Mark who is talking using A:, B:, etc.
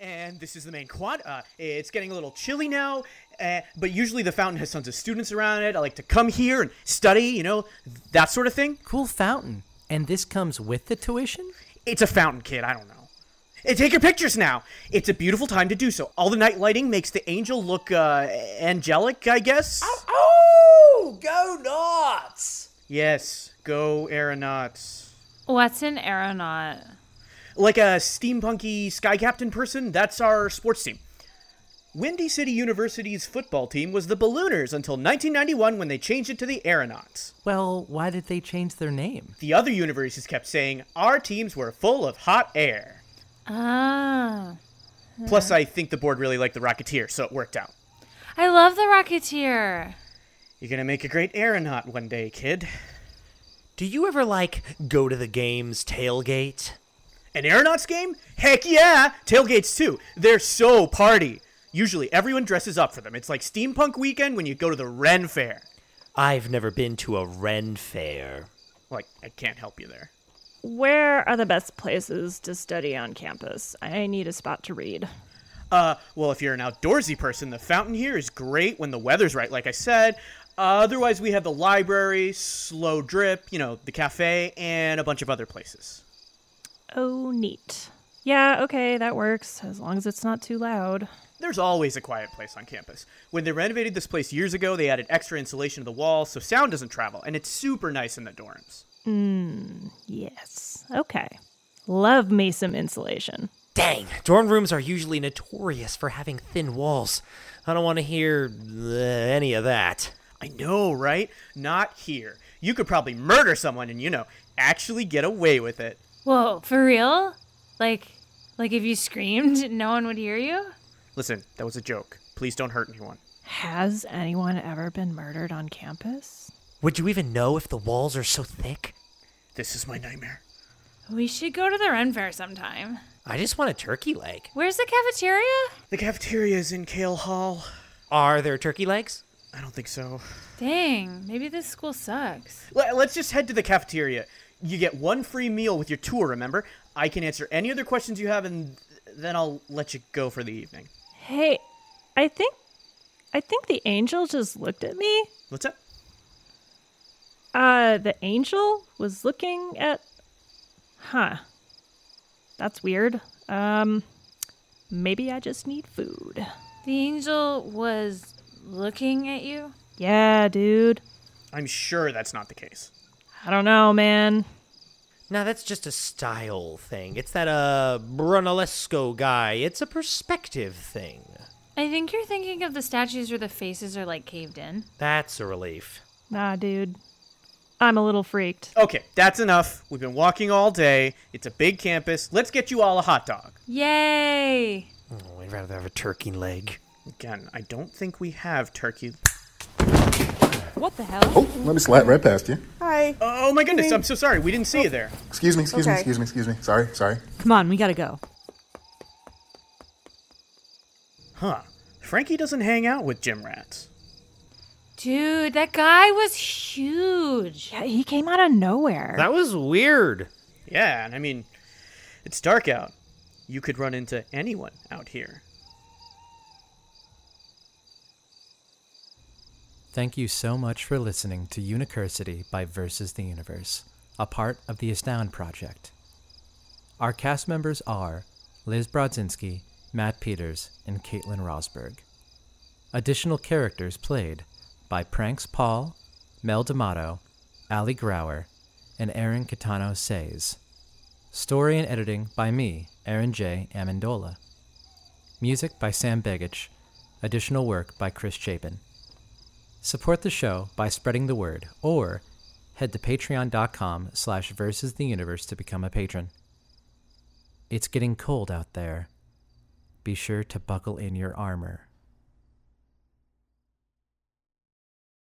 A: And this is the main quad. Uh, it's getting a little chilly now, uh, but usually the fountain has tons of students around it. I like to come here and study, you know, that sort of thing.
B: Cool fountain. And this comes with the tuition?
A: It's a fountain, kid. I don't know. Hey, take your pictures now. It's a beautiful time to do so. All the night lighting makes the angel look uh, angelic, I guess.
C: Oh, go nuts!
A: Yes, go aeronauts.
D: What's an aeronaut?
A: Like a steampunky sky captain person, that's our sports team. Windy City University's football team was the Ballooners until 1991 when they changed it to the Aeronauts.
B: Well, why did they change their name?
A: The other universities kept saying our teams were full of hot air.
D: Ah.
A: Plus, I think the board really liked the Rocketeer, so it worked out.
D: I love the Rocketeer.
A: You're gonna make a great aeronaut one day, kid.
C: Do you ever, like, go to the game's tailgate?
A: An aeronauts game? Heck yeah! Tailgates too. They're so party. Usually, everyone dresses up for them. It's like steampunk weekend when you go to the Ren Fair.
C: I've never been to a Ren fair.
A: Like, I can't help you there.
E: Where are the best places to study on campus? I need a spot to read.
A: Uh, well, if you're an outdoorsy person, the fountain here is great when the weather's right, like I said. Uh, otherwise, we have the library, Slow Drip, you know, the cafe, and a bunch of other places.
E: Oh, neat. Yeah, okay, that works, as long as it's not too loud.
A: There's always a quiet place on campus. When they renovated this place years ago, they added extra insulation to the walls so sound doesn't travel, and it's super nice in the dorms.
E: Yes, okay. Love me some insulation.
C: Dang, dorm rooms are usually notorious for having thin walls. I don't want to hear uh, any of that.
A: I know, right? Not here. You could probably murder someone and, you know, actually get away with it.
D: Whoa, for real? Like, like if you screamed, no one would hear you?
A: Listen, that was a joke. Please don't hurt anyone.
E: Has anyone ever been murdered on campus?
C: Would you even know if the walls are so thick?
A: This is my nightmare.
D: We should go to the Ren Fair sometime.
C: I just want a turkey leg.
D: Where's the cafeteria?
A: The cafeteria is in Kale Hall.
C: Are there turkey legs?
A: I don't think so.
D: Dang, maybe this school sucks.
A: L- let's just head to the cafeteria. You get one free meal with your tour, remember? I can answer any other questions you have, and then I'll let you go for the evening.
E: Hey, I think I think the angel just looked at me.
A: What's up?
E: Uh the angel was looking at Huh. That's weird. Um maybe I just need food.
D: The angel was looking at you?
E: Yeah, dude.
A: I'm sure that's not the case.
E: I don't know, man.
C: No, that's just a style thing. It's that uh Brunellesco guy. It's a perspective thing.
D: I think you're thinking of the statues where the faces are like caved in.
C: That's a relief.
E: Nah, dude. I'm a little freaked.
A: Okay, that's enough. We've been walking all day. It's a big campus. Let's get you all a hot dog.
D: Yay!
C: Oh, I'd rather have a turkey leg.
A: Again, I don't think we have turkey.
D: What the hell?
F: Oh, let me slide right past you.
G: Hi.
A: Oh my goodness, I'm so sorry. We didn't see you there.
F: Excuse me, excuse me,
G: Okay.
F: excuse me, excuse me. Sorry, sorry.
G: Come on, we gotta go.
A: Huh. Frankie doesn't hang out with gym rats.
D: Dude, that guy was huge.
E: Yeah, he came out of nowhere.
C: That was weird.
A: Yeah, and I mean, it's dark out. You could run into anyone out here.
B: Thank you so much for listening to Unicursity by Versus the Universe, a part of the Astound Project. Our cast members are Liz Brodzinski, Matt Peters, and Caitlin Rosberg. Additional characters played by Pranks Paul, Mel D'Amato, Ali Grauer, and Aaron Catano Says. Story and editing by me, Aaron J. Amendola. Music by Sam Begich. Additional work by Chris Chapin. Support the show by spreading the word, or head to patreon.com slash versus the universe to become a patron. It's getting cold out there. Be sure to buckle in your armor.